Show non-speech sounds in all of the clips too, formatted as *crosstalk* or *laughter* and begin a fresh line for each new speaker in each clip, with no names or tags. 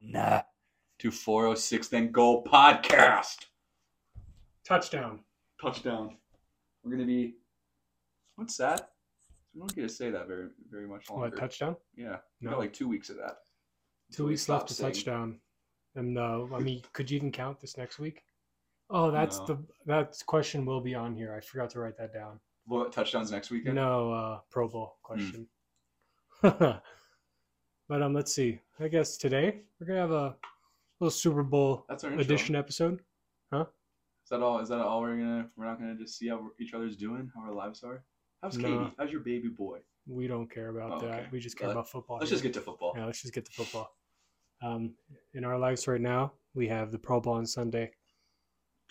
Nah. To 406 Then Go podcast.
Touchdown.
Touchdown. We're going to be. What's that? I don't get to say that very very much longer.
What, touchdown?
Yeah. we
No.
Got like two weeks of that.
Two
we
weeks left
stop
to
saying-
touchdown. And uh, I mean, could you even count this next week? Oh, that's
No.
the that question will be on here. I forgot to write that down.
What touchdowns next weekend?
No uh, Pro Bowl question.
Hmm.
*laughs* but um, let's see. I guess today we're gonna have a little Super Bowl
That's our intro.
edition episode.
Is that all? Is that all we're gonna? We're not gonna just see how we're- each other's doing, how our lives are. How's
No.
Katie? How's your baby boy?
We don't care about
Oh,
that.
okay.
We just care
Let-
about football.
Let's
here.
just get to football.
Yeah, let's just get to football. Um, in our lives right now, we have the Pro Bowl on Sunday,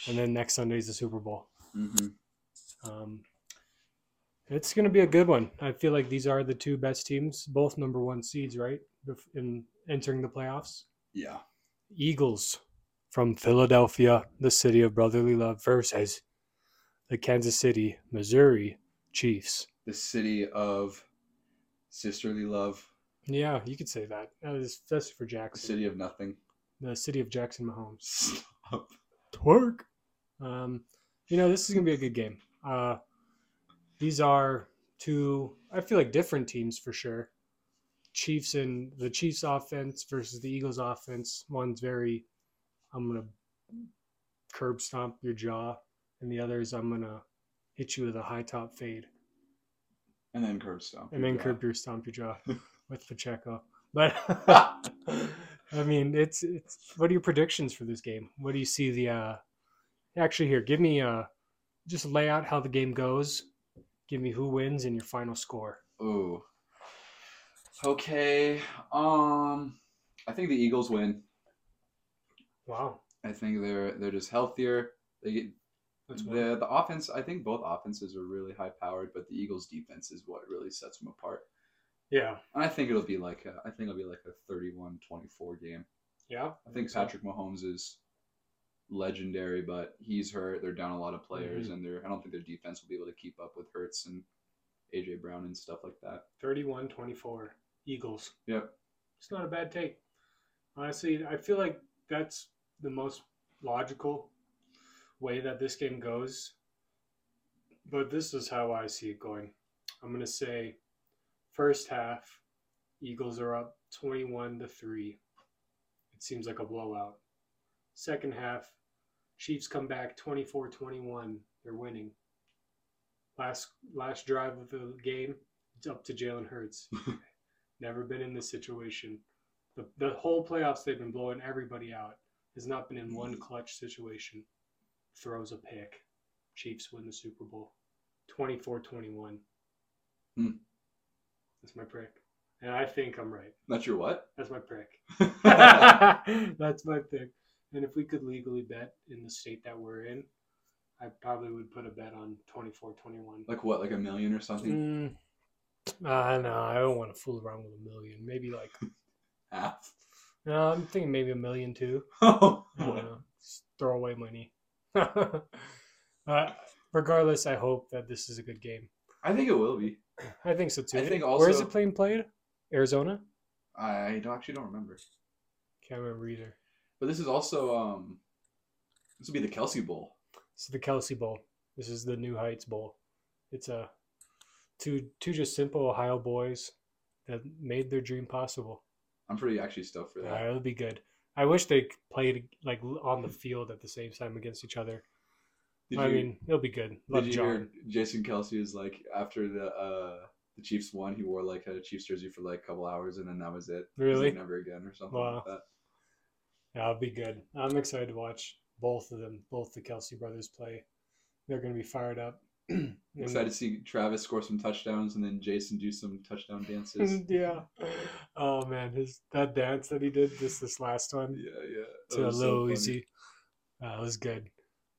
and then next Sunday is the Super Bowl.
Mm-hmm.
Um, it's going to be a good one. I feel like these are the two best teams, both number one seeds, right? bef- In entering the playoffs,
Yeah.
Eagles from Philadelphia, the city of brotherly love, versus the Kansas City, Missouri Chiefs.
The city of sisterly love,
Yeah, you could say that. That is that's for
the
Jackson,
city of nothing. *laughs*
the city of Jackson Mahomes.
Stop.
Twerk. Um, you know, this is gonna be a good game. Uh, these are two, I feel like different teams for sure. Chiefs and the Chiefs offense versus the Eagles offense. One's very, I'm gonna curb stomp your jaw, and the other is I'm gonna hit you with a high top fade
And then curb stop.
and then
Yeah.
curb your stomp your jaw with Pacheco. But *laughs*
*laughs*
I mean, it's it's. What are your predictions for this game? What do you see the? uh Actually, here, give me uh, just lay out how the game goes. Give me who wins and your final score.
Ooh. Okay. Um, I think the Eagles win.
Wow,
I think they're they're just healthier. They get
that's one.
the the offense. I think both offenses are really high powered, but the Eagles' defense is what really sets them apart.
yeah,
And I think it'll be like a, I think it'll be like a 31-24 game.
yeah.
I think Patrick Mahomes is legendary, but he's hurt. They're down a lot of players, and they're I don't think their defense will be able to keep up with Hurts and AJ Brown and stuff like that.
31-24, Eagles.
Yep.
It's not a bad take. Honestly, I feel like that's the most logical way that this game goes. But this is how I see it going. I'm going to say first half, Eagles are up 21 to 3. It seems like a blowout. Second half, Chiefs come back 24-21. They're winning. Last last drive of the game, it's up to Jalen Hurts. Never been in this situation. The, the whole playoffs, they've been blowing everybody out. Has not been in one clutch situation. Throws a pick. Chiefs win the Super Bowl 24 21.
Hmm.
That's my prick. And I think I'm right.
Not your
*laughs*
what?
That's my prick.
*laughs*
That's my pick. And if we could legally bet in the state that we're in, I probably would put a bet on 24 21.
like what? Like a million or something?
Mm, uh, no, I don't want to fool around with a million. Maybe like,
Half.
no, I'm thinking maybe a million too.
Ah. *laughs* Oh,
I don't know. Just throw away money. *laughs* uh, regardless, I hope that this is a good game.
I think it will be.
I think so too.
I think
Where is
also-
it playing played? Arizona?
I don't- actually don't remember.
Can't remember either.
But this is also um, this will be the Kelsey Bowl.
This is the Kelsey Bowl. This is the New Heights Bowl. It's a two two just simple Ohio boys that made their dream possible.
I'm pretty actually stoked for
Uh,
that.
it would be good. I wish they played like on the field at the same time against each other.
Did
I
you,
mean, it'll be good. Love
did you
John.
hear Jason Kelsey is like after the uh the Chiefs won, he wore like a Chiefs jersey for like a couple hours, and then that was it. He's like,
Really?
never again or something
Wow.
like that.
Yeah, it'll be good. I'm excited to watch both of them, both the Kelsey brothers play. They're going to be fired up. *clears throat* And-
I'm excited to see Travis score some touchdowns and then Jason do some
*laughs*
touchdown dances.
yeah. Oh man, his that dance that he did just this last
yeah,
one
yeah. That
to a
was so
little
funny.
easy. That was good.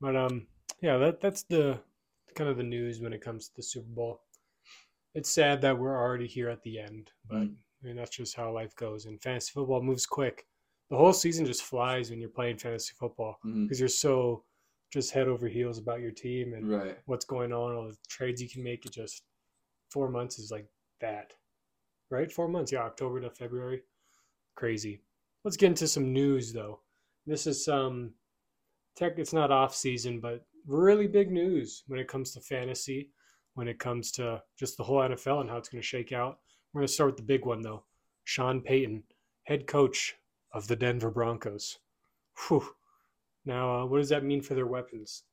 But um, yeah, that that's the kind of the news when it comes to the Super Bowl. It's sad that we're already here at the end, but
Mm.
I mean that's just how life goes. And fantasy football moves quick. The whole season just flies when you're playing fantasy football.
Mhm.
because you're so just head over heels about your team and
Right.
what's going on, all the trades you can make. It just four months is like that, right? Four months, yeah, October to February, crazy. Let's get into some news though. This is some tech. It's not off season, but really big news when it comes to fantasy, when it comes to just the whole NFL and how it's going to shake out. We're going to start with the big one though. Sean Payton, head coach of the Denver Broncos. Whew. Now, uh, what does that mean for their weapons?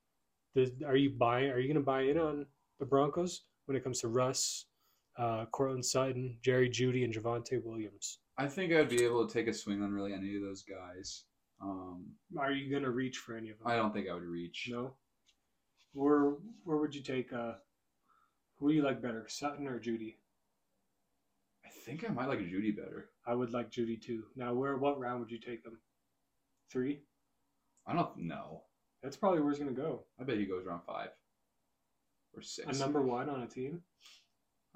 Does, are you buying? Are you going to buy in on the Broncos when it comes to Russ, uh, Cortland Sutton, Jerry Judy, and Javante Williams?
I think I'd be able to take a swing on really any of those guys. Um,
Are you going to reach for any of them?
I don't think I would reach.
No. Where Where would you take? Uh, who do you like better, Sutton or Judy?
I think I might like Judy better.
I would like Judy too. Now, where? What round would you take them? Three.
I don't know.
That's probably where he's going to go.
I bet he goes around five or six.
A number one on a team.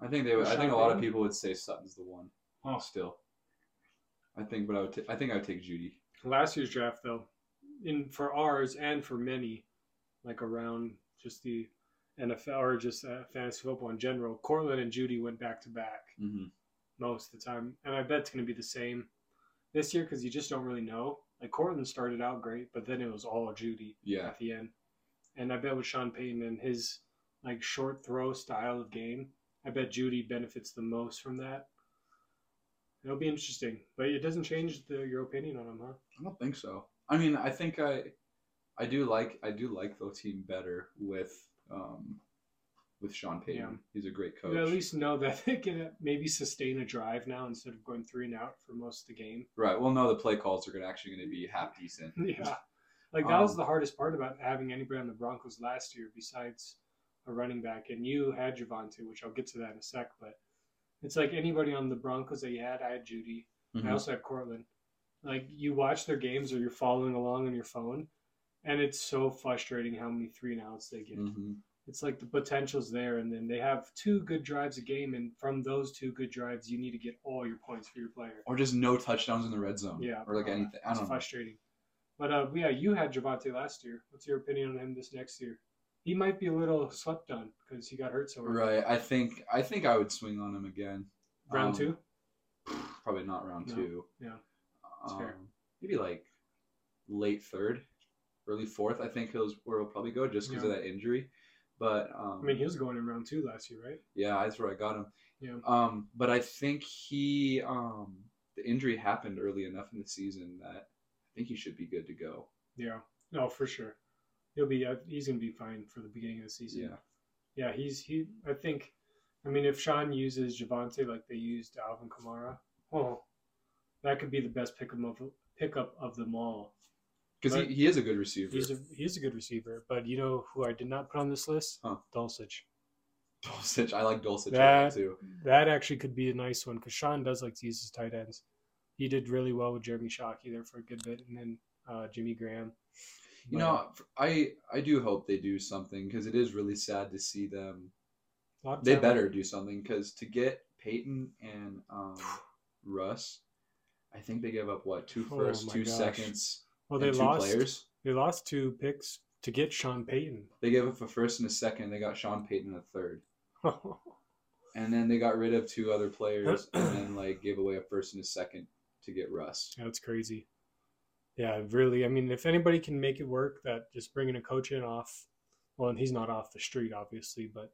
I think they. Would, I think a lot of people would say Sutton's the one.
Oh.
Still, I think. But I would. T- I think I would take Judy.
last year's draft though in for ours and for many like around just the nfl or just uh, fantasy football in general Cortland and judy went back to back
Mm-hmm.
most of the time and i bet it's going to be the same this year because you just don't really know like Cortland started out great but then it was all judy
Yeah.
at the end and i bet with sean payton and his like short throw style of game i bet judy benefits the most from that it'll be interesting but it doesn't change the, your opinion on him huh
I don't think so. I mean, I think I, I do like I do like the team better with, um, with Sean Payton.
Yeah.
He's a great coach.
You at least know that *laughs* they can maybe sustain a drive now instead of going three and out for most of the game. *laughs*
Right. Well, no, the play calls are gonna actually going to be half decent.
Yeah. Like, that was
Um,
the hardest part about having anybody on the Broncos last year besides a running back. And you had Javante, which I'll get to that in a sec. But it's like anybody on the Broncos that you had, I had Judy. I
Mhm.
also had Cortland. Like, you watch their games or you're following along on your phone. And it's so frustrating how many three and outs they get.
Mhm.
it's like the potential's there and then they have two good drives a game and from those two good drives you need to get all your points for your player
Or just no touchdowns in the red zone.
Yeah. Uh,
Or like anything. I
it's
don't know.
frustrating but uh yeah you had Javante last year what's your opinion on him this next year he might be a little slept on because he got hurt so early.
Right. I think I think I would swing on him again. *sighs*
round
Um,
two
Probably not round
No.
two.
Yeah. That's
Um,
fair.
Maybe like late third, early fourth. I think he'll where he'll probably go just because of
Yeah.
that injury. But um,
i mean he was going in round two last year right
Yeah, that's where I got him.
Yeah.
Um, but I think he um the injury happened early enough in the season that I think he should be good to go.
yeah no for sure he'll be uh, he's gonna be fine for the beginning of the season
Yeah.
Yeah, he's he. I think, I mean, if Sean uses Javante like they used Alvin Kamara, well, that could be the best pickup of pickup of them all.
Because
Right.
he, he is a good receiver.
He's a he's a good receiver, but you know who I did not put on this list?
Huh.
Dulcich.
*laughs* Dulcich. I like Dulcich a lot,
That-
too.
That actually could be a nice one because Sean does like to use his tight ends. He did really well with Jeremy Shockey there for a good bit, and then uh, Jimmy Graham.
You know, I I do hope they do something because it is really sad to see them.
But a lot of
They
talent.
better do something because to get Peyton and
*sighs*
um, Russ, I think they gave up what two
Oh
firsts,
my
two
gosh.
seconds,
Well, they
and two
lost.
players.
They lost two picks to get Sean Payton. *laughs*
They gave up a first and a second. They got Sean Payton in a third. and then they got rid of two other
*clears throat*
players and then like gave away a first and a second to get Russ.
That's crazy. Yeah, really. I mean, if anybody can make it work, that just bringing a coach in off, well, and he's not off the street, obviously, but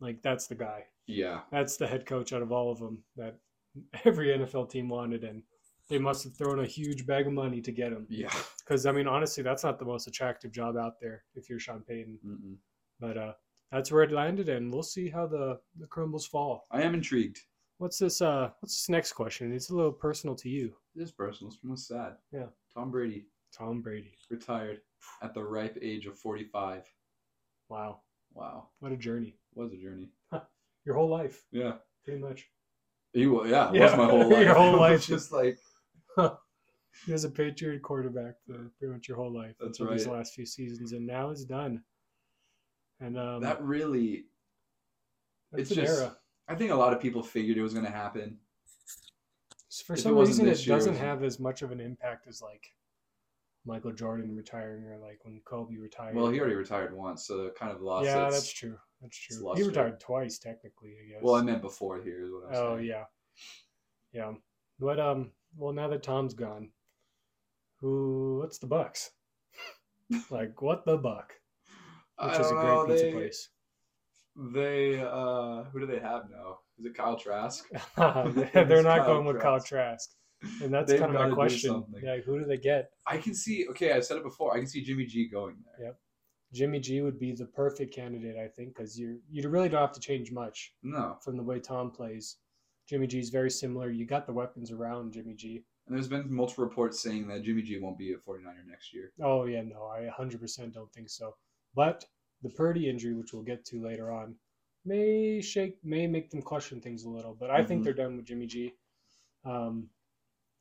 like that's the guy.
Yeah,
That's the head coach out of all of them that *laughs* every NFL team wanted, and they must have thrown a huge bag of money to get him.
yeah.
Because I mean, honestly, that's not the most attractive job out there if you're Sean Payton.
Mm-mm.
But uh, that's where it landed, and we'll see how the the crumbles fall.
I am intrigued.
What's this? Uh, what's this next question? It's a little personal to you,
This personal is most sad.
Yeah.
Tom Brady
Tom Brady.
retired at the ripe age of 45.
Wow,
Wow,
what a journey!
was a journey.
Your whole life.
Yeah,
Pretty much.
he was. Yeah, it
Yeah,
was my whole
*laughs* your
life. *laughs*
whole
It was
life.
just like
He was a Patriot quarterback for pretty much your whole life.
That's
until These
right.
last few seasons, and now it's done. And um,
that. Really,
that's
it's
an
just-
era.
I think a lot of people figured it was going to happen.
For
if it
some
wasn't
reason, it
this year, it
doesn't
was-
have as much of an impact as like Michael Jordan retiring or like when Kobe retired.
Well, he already retired once, so it kind of lost.
Yeah,
its-
that's true. That's
it's
true. He
luster.
retired twice, technically. I guess.
Well, I meant before here is what I'm
oh
saying.
yeah, yeah. But um, well, now that Tom's gone, Ooh, what's the Bucks? *laughs* like what the buck?
I
Which is a
don't
great
know,
pizza
they, *laughs*
place. *laughs*
They uh, who do they have now? Is it Kyle Trask?
They're they're
It's
not
Kyle
going with Kyle
Trask.
Trask, and that's
They've
kind of
gotta
my
do
question.
something.
Like, who do they get?
I can see. Okay, I said it before. I can see Jimmy G going there.
Jimmy G would be the perfect candidate, I think, because you you really don't have to change much
No,
from the way Tom plays. Jimmy G is very similar. You got the weapons around Jimmy G.
and there's been multiple reports saying that Jimmy G won't be a 49er next
*laughs*
year. *laughs*
Oh yeah, no, I 100% don't think so. But the Purdy injury, which we'll get to later on, may shake, may make them question things a little. But I think
Mhm.
they're done with Jimmy G. Um,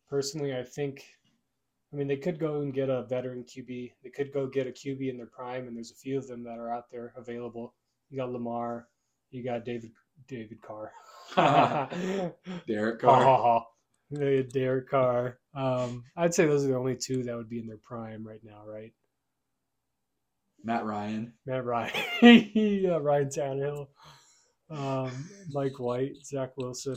personally, I think, I mean, they could go and get a veteran QB. They could go get a QB in their prime, and there's a few of them that are out there available. You got Lamar, you got David David Carr.
Derek
Ha
Carr.
ha ha. They had *laughs* Derek Carr. Um, I'd say those are the only two that would be in their prime right now, right?
Matt Ryan.
Matt Ryan, yeah, Ryan *laughs* Tannehill, um, Mike White, Zach Wilson,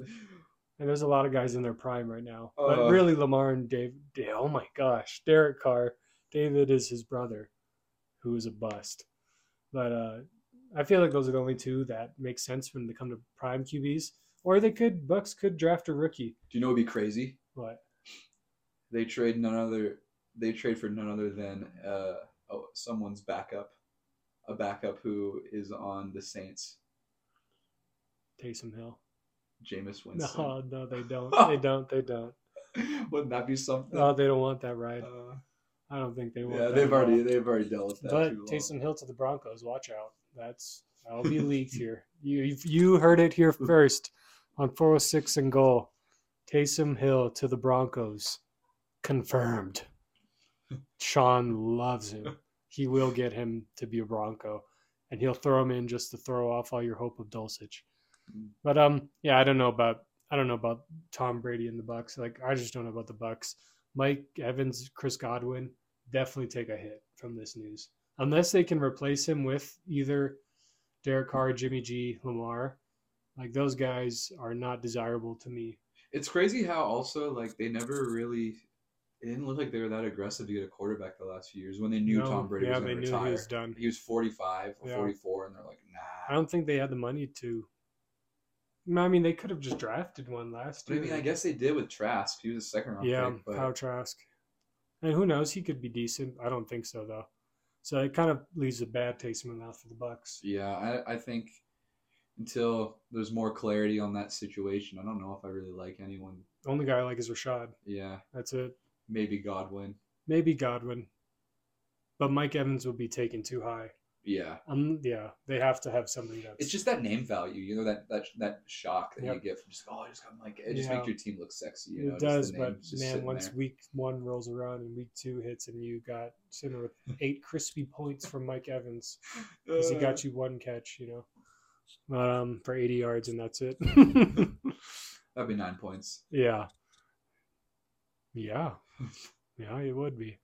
and there's a lot of guys in their prime right now. But
Uh.
really, Lamar and Dave. Da- Oh my gosh, Derek Carr. David is his brother, who is a bust. But uh, I feel like those are the only two that make sense when they come to prime QBs. Or they could Bucks could draft a rookie.
Do you know what would be crazy?
What?
They trade none other. They trade for none other than uh, oh, someone's backup, a backup who is on the Saints,
Taysom Hill.
Jameis Winston.
*laughs*
*laughs*
No, no, they don't. They don't. They don't.
Wouldn't that be something?
Oh, they don't want that ride.
Uh,
I don't think they want.
yeah,
that
they've
at all.
already they've already dealt with that.
But
too long.
Taysom Hill to the Broncos. Watch out. That's that'll be leaked *laughs* here. You you've- you heard it here first on 406 and goal. Taysom Hill to the Broncos. Confirmed. Sean loves him. He will get him to be a Bronco. And he'll throw him in just to throw off all your hope of Dulcich. But um yeah, I don't know about I don't know about Tom Brady and the Bucks. Like I just don't know about the Bucks. Mike Evans, Chris Godwin definitely take a hit from this news. Unless they can replace him with either Derek Carr, Jimmy G, Lamar. Like those guys are not desirable to me.
It's crazy how also like they never really. It didn't look like they were that aggressive to get a quarterback the last few years when they knew
No,
Tom Brady
yeah,
was
they
going to
knew
retire.
he was done.
He was 45 or
Yeah.
44, and they're like,
I
nah.
don't think they had the money to. No, I mean they could have just drafted one last
But I
year.
mean, I guess they did with Trask. He was a second round
Yeah,
pick, but
Kyle Trask. And who knows? He could be decent. I don't think so though. So it kind of leaves a bad taste in my mouth for the Bucks.
yeah, I, I think until there's more clarity on that situation, I don't know if I really like anyone.
Only guy I like is Rashad.
Yeah,
That's it.
maybe Godwin.
Maybe Godwin. But Mike Evans would be taken too high.
Yeah,
Um, yeah, they have to have something that's
it's just that name value, you know that that that shock that you
Yep.
get from just oh, I just got Mike. It just
Yeah.
makes your team look sexy. You know, just
it
the
does,
name
but
just
man,
sitting
once
there.
week one rolls around and week two hits and you got sitting with eight crispy points from Mike Evans because he
Uh,
got you one catch, you know, um, for 80 yards and that's it. *laughs*
That'd be nine points.
yeah. Yeah. Yeah, it would be.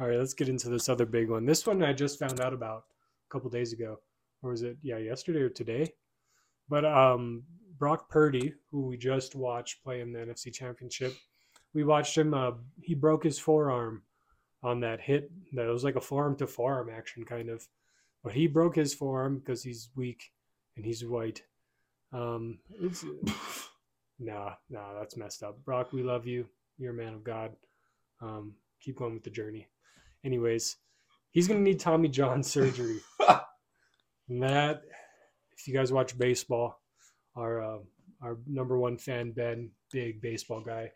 All right, let's get into this other big one. This one I just found out about a couple days ago, or was it? Yeah, yesterday or today. But um, Brock Purdy, who we just watched play in the NFC Championship, we watched him. Uh, he broke his forearm on that hit. That was like a forearm to forearm action kind of, but he broke his forearm because he's weak and he's white. Um,
*laughs*
it's, nah, nah, that's messed up. Brock, we love you. You're a man of God. Um, keep going with the journey. Anyways, he's gonna need Tommy
*laughs*
John surgery. And that, if you guys watch baseball, our uh, our number one fan Ben, big baseball guy,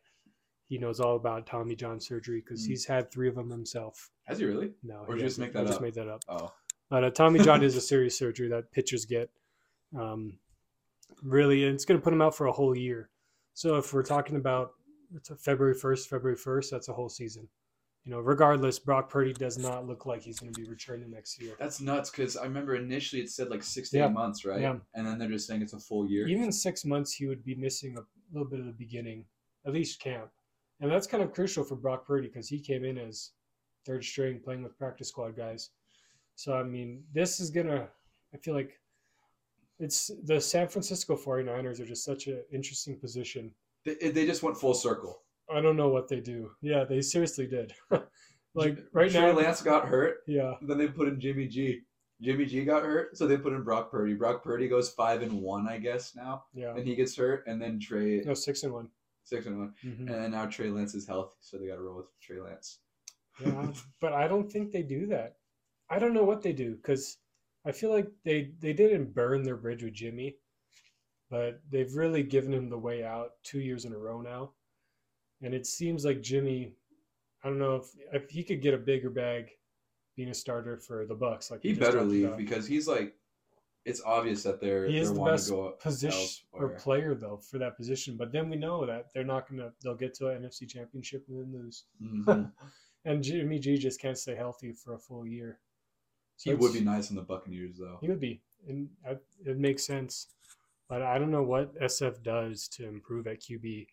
he knows all about Tommy John surgery because
Mm.
he's had three of them himself.
Has he really?
No,
Or
he
you just
hasn't.
make that
I just
up?
made that up.
Oh,
But uh, Tommy John is a serious surgery that pitchers get. Um, really, and it's going to put him out for a whole year. So if we're talking about it's a February first, February first, that's a whole season. You know, regardless, Brock Purdy does not look like he's going to be returning next year.
that's nuts. Because I remember initially it said like six to
Yeah.
eight months, right?
Yeah.
And then they're just saying it's a full year.
Even six months, he would be missing a little bit of the beginning, at least camp, and that's kind of crucial for Brock Purdy because he came in as third string, playing with practice squad guys. So I mean, this is gonna. I feel like it's the San Francisco 49ers are just such an interesting position.
They, they just went full circle.
I don't know what they do. Yeah, they seriously did. *laughs* like
J-
right
Trey
now,
Lance got hurt.
yeah,
Then they put in Jimmy G. Jimmy G got hurt, so they put in Brock Purdy. Brock Purdy goes five and one, I guess now,
yeah.
and he gets hurt, and then Trey
No, six and one.
six and one,
Mhm.
and then now Trey Lance is healthy, so they got to roll with Trey Lance.
Yeah, but I don't think they do that. I don't know what they do because I feel like they they didn't burn their bridge with Jimmy, but they've really given him the way out two years in a row now, and it seems like Jimmy. I don't know if if he could get a bigger bag, being a starter for the Bucks. Like
He
we just
better
talked
leave
about.
because he's like, it's obvious that they're
He
they
is the
want
best
to go up
position or
elsewhere.
player though for that position. But then we know that they're not gonna. They'll get to an NFC Championship and then lose.
Mhm.
*laughs* And Jimmy G just can't stay healthy for a full year. So
he would
it's-
be nice in the Buccaneers though.
He would be, and I, it makes sense. But I don't know what SF does to improve at QB.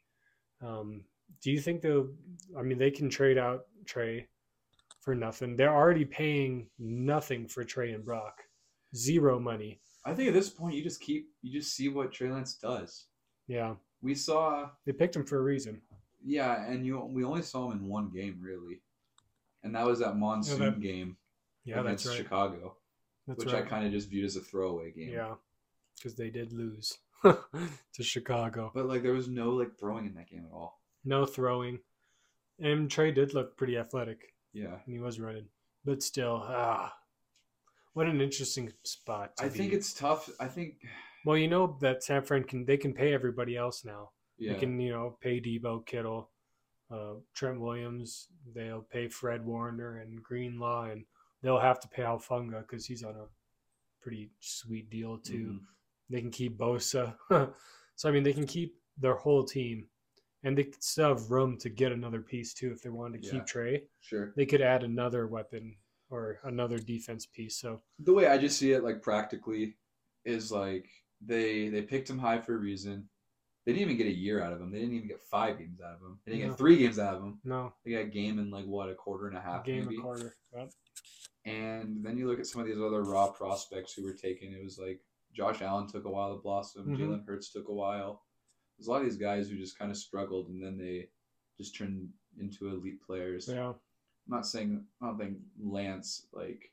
Um, do you think they'll? I mean, they can trade out Trey for nothing. They're already paying nothing for Trey and Brock, zero money.
I think at this point you just keep you just see what Trey Lance does.
Yeah,
We saw
they picked him for a reason.
yeah, and you we only saw him in one game really, and that was that monsoon
that-
game
Yeah,
against
that's right.
Chicago,
That's
which
right.
I kind of just viewed as a throwaway game.
yeah, because they did lose *laughs* to Chicago.
But like there was no like throwing in that game at all.
No throwing, and Trey did look pretty athletic.
Yeah.
and he was running. But still, ah, what an interesting spot. To
I think
be.
it's tough. I think
well, you know that San Fran can they can pay everybody else now.
yeah.
They can you know pay Debo Kittle, uh, Trent Williams. They'll pay Fred Warner and Greenlaw, and they'll have to pay Alfunga because he's on a pretty sweet deal too.
Mhm.
They can keep Bosa. *laughs* so I mean, they can keep their whole team, and they could still have room to get another piece too if they wanted to
Yeah.
keep Trey
Sure.
they could add another weapon or another defense piece. So
The way I just see it like practically is like they they picked him high for a reason. They didn't even get a year out of him. They didn't even get five games out of him. They didn't
No.
get three games out of him.
no
They got a game in like what a quarter and a half
game
Uh, maybe.
a quarter. Yep.
And then you look at some of these other raw prospects who were taken. It was like Josh Allen took a while to blossom.
Mhm.
Jalen Hurts took a while. There's a lot of these guys who just kind of struggled and then they just turned into elite players.
Yeah,
I'm not saying I don't think Lance like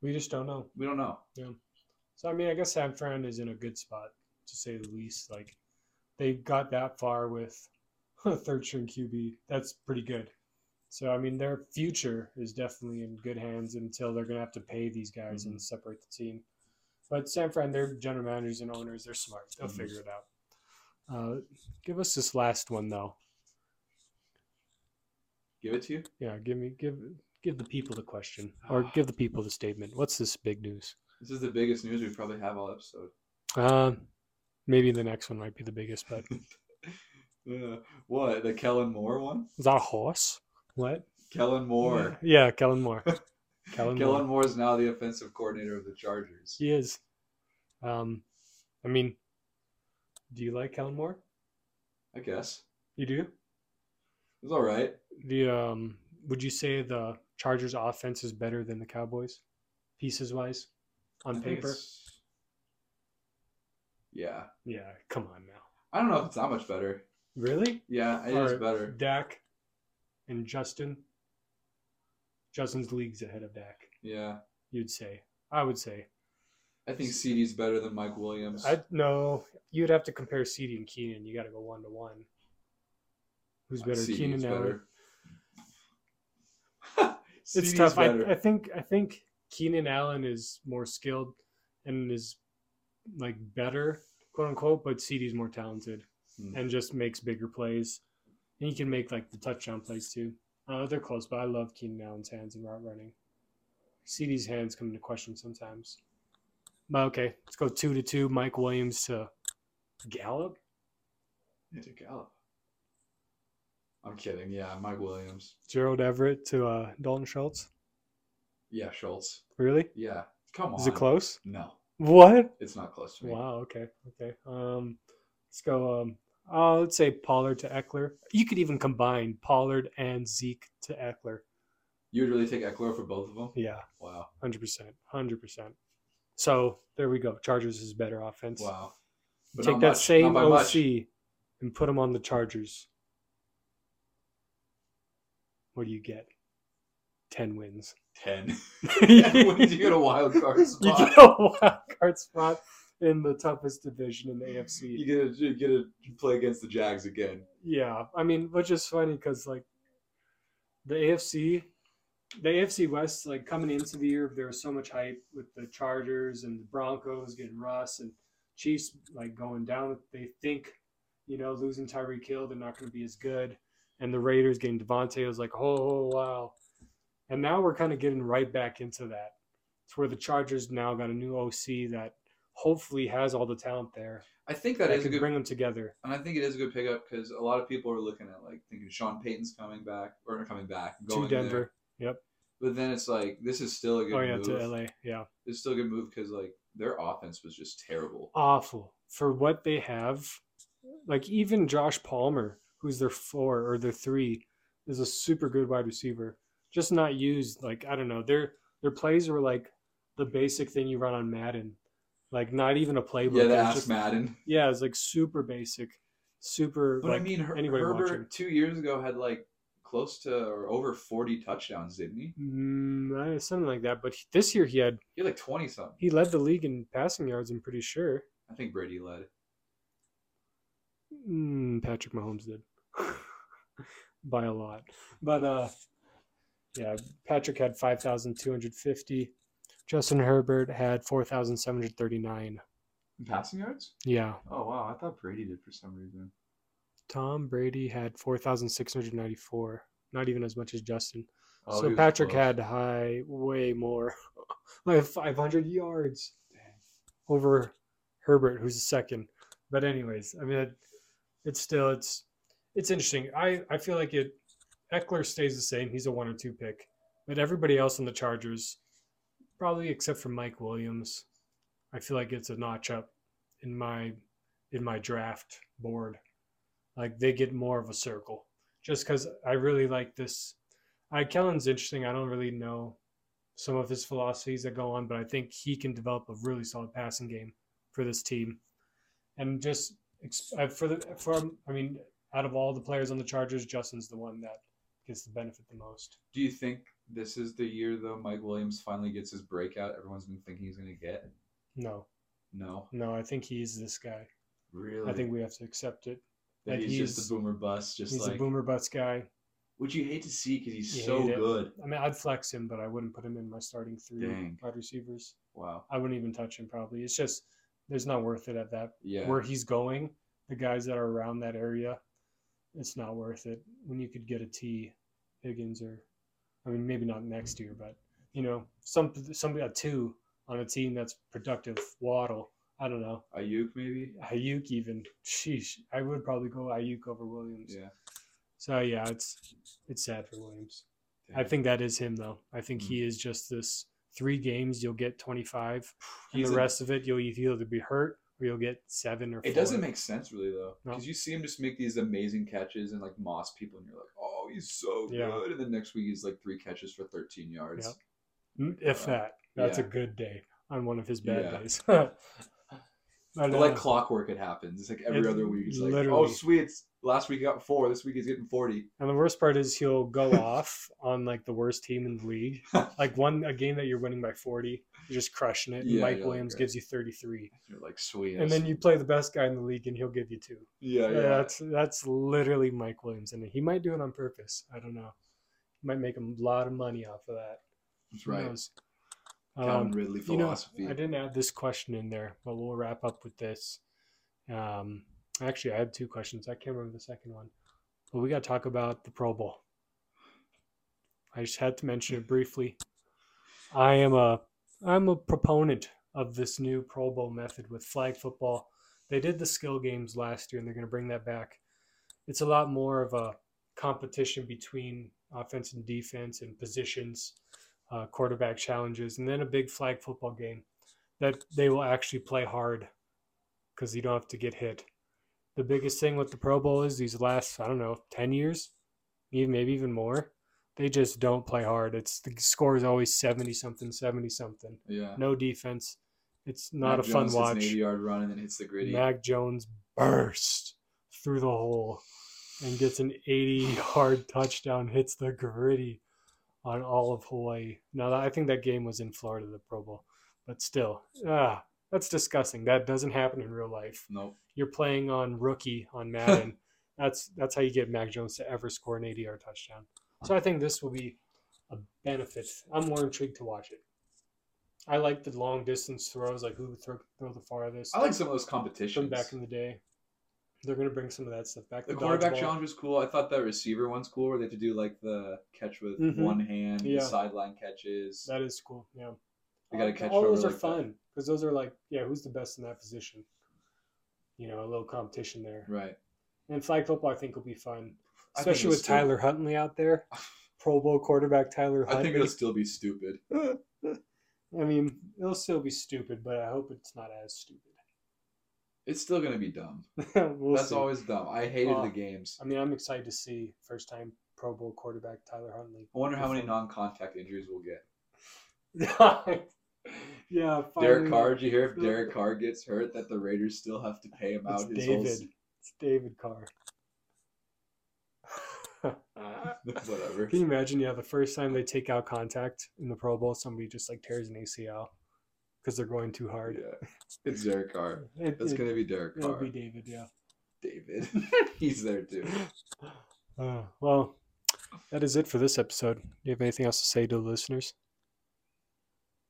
we just don't know.
we don't know.
So I mean, I guess San Fran is in a good spot to say the least. Like they got that far with *laughs* a third string QB. That's pretty good. So I mean, their future is definitely in good hands until they're gonna have to pay these guys and separate the team. But San Fran, their general managers and owners, they're smart. They'll
Mhm.
figure it out. Uh, give us this last one though.
Give it to you.
Yeah, give me give give the people the question or give the people the statement. What's this big news?
This is the biggest news we probably have all episode.
Uh, maybe the next one might be the biggest, but
Uh, what the Kellen Moore one?
is that a horse? What?
Kellen Moore.
Yeah,
*laughs*
Kellen Moore. Kellen, Moore.
Kellen Moore is now the offensive coordinator of the Chargers.
He is. Um, I mean, do you like Kellen Moore?
I guess
You do.
it's all right.
The um, would you say the Chargers' offense is better than the Cowboys, pieces wise,
I
on
think
paper?
it's- Yeah,
Yeah, come on now.
I don't know if it's that much better.
Really?
Yeah, it is
Alright,
better.
Dak and Justin. Justin's leagues ahead of Dak,
Yeah,
you'd say. I would say.
I think CD's better than Mike Williams.
I no, you'd have to compare CD and Keenan. You got to go one to one. Who's better,
CD's
Keenan Allen?
*laughs* better.
It's
CD's
tough. I,
better.
I think I think Keenan Allen is more skilled and is like better, quote unquote. But CD's more talented
Hmm.
and just makes bigger plays. And he can make like the touchdown plays too. Uh, they're close, but I love Keenan Allen's hands and route running. CD's hands come into question sometimes. But okay, let's go two to two. Mike Williams to Gallup.
To Gallup. I'm kidding. Yeah, Mike Williams.
Gerald Everett to uh, Dalton Schultz.
Yeah, Schultz.
Really?
Yeah, come on.
Is it close?
No,
What?
it's not close to me.
Wow. Okay. Okay. Um, let's go. Um, oh, let's say Pollard to Eckler. You could even combine Pollard and Zeke to Eckler.
You would really take Eckler for both of them?
Yeah,
Wow.
hundred percent, hundred percent. So there we go. Chargers is better offense.
Wow.
Take
not
that
much,
same
not by
OC
much.
and put him on the Chargers. what do you get?
*laughs*
Ten wins. *laughs*
Ten.
you
when did you get a wild card spot?
get a wild card spot in the toughest division in the AFC.
You get to you get to play against the Jags again.
Yeah, I mean, which is funny because like the AFC, the AFC West, like coming into the year, there was so much hype with the Chargers and the Broncos getting Russ and Chiefs like going down. They think, you know, losing Tyreek Hill, they're not going to be as good, and the Raiders getting Devontae was like, oh wow, and now we're kind of getting right back into that. It's where the Chargers now got a new OC that hopefully has all the talent there
I think
that,
that is a
can
good,
bring them together.
and I think it is a good pickup because a lot of people are looking at like thinking Sean Payton's coming back or not coming back
To
going
Denver,
There. But then it's like this is still a good
oh yeah,
move.
to LA, yeah.
It's still a good move because like their offense was just terrible.
awful for what they have. Like even Josh Palmer, who's their four or their three, is a super good wide receiver. Just not used. Like I don't know, their their plays were like the basic thing you run on Madden. Like not even a playbook.
Yeah,
It
the
was
ass
just-
Madden.
Yeah, it's like super basic, super.
But
like,
I mean, Her-
anybody
Herbert
watching.
two years ago had like close to or over forty touchdowns, didn't he?
mm, uh, something like that. But he- this year he had
He had like twenty something.
he led the league in passing yards. I'm pretty sure.
I think Brady led.
Mm, Patrick Mahomes did *laughs* by a lot, but uh, yeah, Patrick had five thousand two hundred fifty. Justin Herbert had four thousand seven hundred thirty-nine.
Passing yards?
Yeah,
Oh wow, I thought Brady did for some reason.
Tom Brady had four thousand six hundred ninety-four. Not even as much as Justin.
Oh, he
so
was
Patrick
close.
had high, way more, *laughs* like five hundred yards over Herbert, who's the second. But anyways, I mean, it- it's still it's it's interesting. I I feel like it. Eckler stays the same. He's a one or two pick, but everybody else on the Chargers, probably except for Mike Williams, I feel like it's a notch up in my in my draft board. Like they get more of a circle just because I really like this. I Kellen's interesting. I don't really know some of his philosophies that go on, but I think he can develop a really solid passing game for this team. And just ex- uh, for the from I mean, out of all the players on the Chargers, Justin's the one that gets the benefit the most.
Do you think this is the year though Mike Williams finally gets his breakout everyone's been thinking he's gonna get?
No,
No.
no, I think he's this guy.
Really?
I think we have to accept it.
that
that
he's,
he's-
just a boomer bust, just
he's
like
a boomer butts guy.
which you hate to see because he's
You
so
hate it.
good.
I mean, I'd flex him, but I wouldn't put him in my starting three
Dang.
wide receivers.
Wow.
I wouldn't even touch him probably. It's just there's not worth it at that
Yeah.
where he's going, the guys that are around that area, it's not worth it. When you could get a T Higgins or, I mean, maybe not next year, but you know, some somebody a two on a team that's productive. Waddle, I don't know.
Ayuk maybe?
Ayuk even, sheesh, I would probably go Ayuk over Williams.
Yeah.
So yeah, it's it's sad for Williams. I
Dang.
think that is him though. I think he
Mm.
is just this three games you'll get twenty five, and
He's
the
a-
rest of it you'll either be hurt or you'll get seven or.
It
four.
doesn't make sense really though,
No.
because you see him just make these amazing catches and like moss people, and you're like, oh, he's so
Yeah.
good. And then next week he's like three catches for 13 yards.
Yep. Mm, If
Uh,
that, that's a
yeah.
good day on one of his bad
Yeah. *laughs*
days. *laughs* But,
But
uh,
like clockwork, it happens. It's like every
It-
other week. It's like, oh
literally.
sweet, it's- last week he got four. This week he's getting 40.
and the worst part is
*laughs*
he'll go off on like the worst team in the league. Like one a game that you're winning by forty, you're just crushing it. and
Yeah,
Mike
you're like,
Williams
"Great."
gives you thirty three,
You're like sweet.
and then you play the best guy in the league, and he'll give you two.
Oh, yeah,
Yeah,
yeah.
that's that's literally Mike Williams, and he might do it on purpose. I don't know. He might make a lot of money off of that.
That's
Who
right.
knows?
Calvin
Um,
Ridley
you know,
philosophy.
I didn't add this question in there, but we'll wrap up with this. Um, actually, I had two questions. I can't remember the second one, but we got to talk about the Pro Bowl. I just had to mention it briefly. I am a I'm a proponent of this new Pro Bowl method with flag football. They did the skill games last year, and they're going to bring that back. It's a lot more of a competition between offense and defense and positions uh, quarterback challenges, and then a big flag football game that they will actually play hard because you don't have to get hit. The biggest thing with the Pro Bowl is these last, I don't know, 10 years, even maybe even more, they just don't play hard. It's the score is always 70 something, 70 something.
yeah.
No defense. It's not
Mac
a fun
Jones
watch.
Hits an 80 yard run and then hits the gritty.
Mac Jones burst through the hole. and gets an 80 yard touchdown, hits the gritty on all of Hawaii. Now, I think that game was in Florida, the Pro Bowl, but still, ah, that's disgusting. That doesn't happen in real life.
Nope.
You're playing on rookie on Madden. that's that's how you get Mac Jones to ever score an 80 yard touchdown. So I think this will be a benefit. I'm more intrigued to watch it. I like the long distance throws, like who would throw, throw the farthest
I like some of those
from
competitions.
back in the day. They're going to bring some of that stuff back.
the quarterback
dodgeball.
challenge was cool. I thought that receiver one's cool where they had to do like the catch with
Mhm.
one hand,
Yeah.
the sideline catches.
That is cool. Yeah.
They gotta
Um,
catch
All
over
those are
like that.
fun because those are like, yeah, who's the best in that position? You know, a little competition there.
Right.
And flag football, I think, will be fun,
I think
especially
it'll
with
still-
Tyler Huntley out there,
*laughs*
Pro Bowl quarterback Tyler
I
Huntley.
think it'll still be stupid.
I mean, it'll still be stupid, but I hope it's not as stupid. *laughs*
It's still gonna be dumb.
we'll
That's
see.
always dumb. I hated
Uh,
the games.
I mean, I'm excited to see first time Pro Bowl quarterback Tyler
*laughs*
Huntley. *laughs*
I wonder how many
Definitely.
non-contact injuries we'll get.
yeah,
Derek
finally.
Carr, did you hear if Derek Carr gets hurt that the Raiders still have to pay him
It's
out his whole
David.
se-
It's David *laughs* Carr.
*laughs* whatever?
Uh, Can you imagine? Yeah, the first time they take out contact in the Pro Bowl, somebody just like tears an ACL because they're going too hard.
Yeah. It's Derek Carr.
It,
It's
it,
gonna be Derek
it'll
Carr.
be David. Yeah.
David. *laughs* He's there too.
Uh, well, that is it for this episode. Do you have anything else to say to the listeners?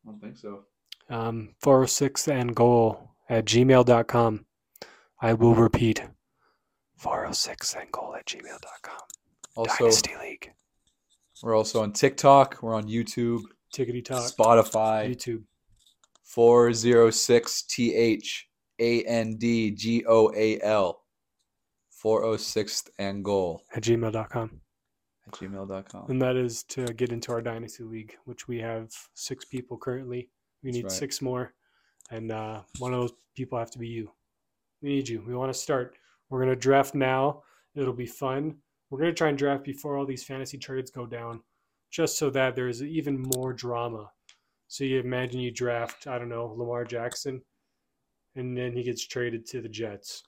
I don't think so.
um, 406 and goal at gmail.com. I will repeat 406 and goal at gmail.com.
Also,
Dynasty League.
we're also on TikTok. We're on YouTube,
Tickety talk.
Spotify,
YouTube.
four zero six T H A N D G O A L, four zero sixth and goal
At gmail.com.
at gmail.com.
And that is to get into our Dynasty League, which we have six people currently. We
That's
need
right.
six more. And uh, one of those people have to be you. We need you. We want to start. We're going to draft now. It'll be fun. We're going to try and draft before all these fantasy trades go down, just so that there's even more drama. So you imagine you draft, I don't know, Lamar Jackson, and then he gets traded to the Jets.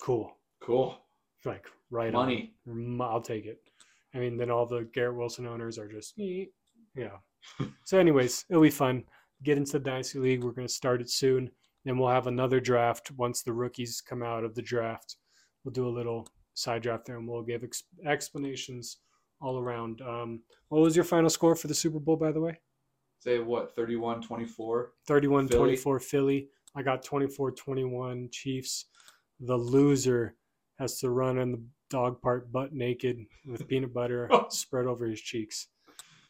Cool.
Cool.
Like, right on.
Money.
Mm, I'll take it. I mean, then all the Garrett Wilson owners are just, "Eh." yeah. so, anyways, it'll be fun. Get into the Dynasty League. We're going to start it soon. Then we'll have another draft once the rookies come out of the draft. We'll do a little side draft there and we'll give ex- explanations all around. Um, what was your final score for the Super Bowl, by the way?
Say what, 31 24?
31
Philly.
24 Philly. I got 24 21 Chiefs. The loser has to run in the dog park butt naked with peanut
*laughs*
butter
Oh.
spread over his cheeks.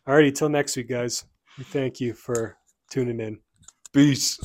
Alrighty, till next week, guys. We Thank you for tuning in.
Peace.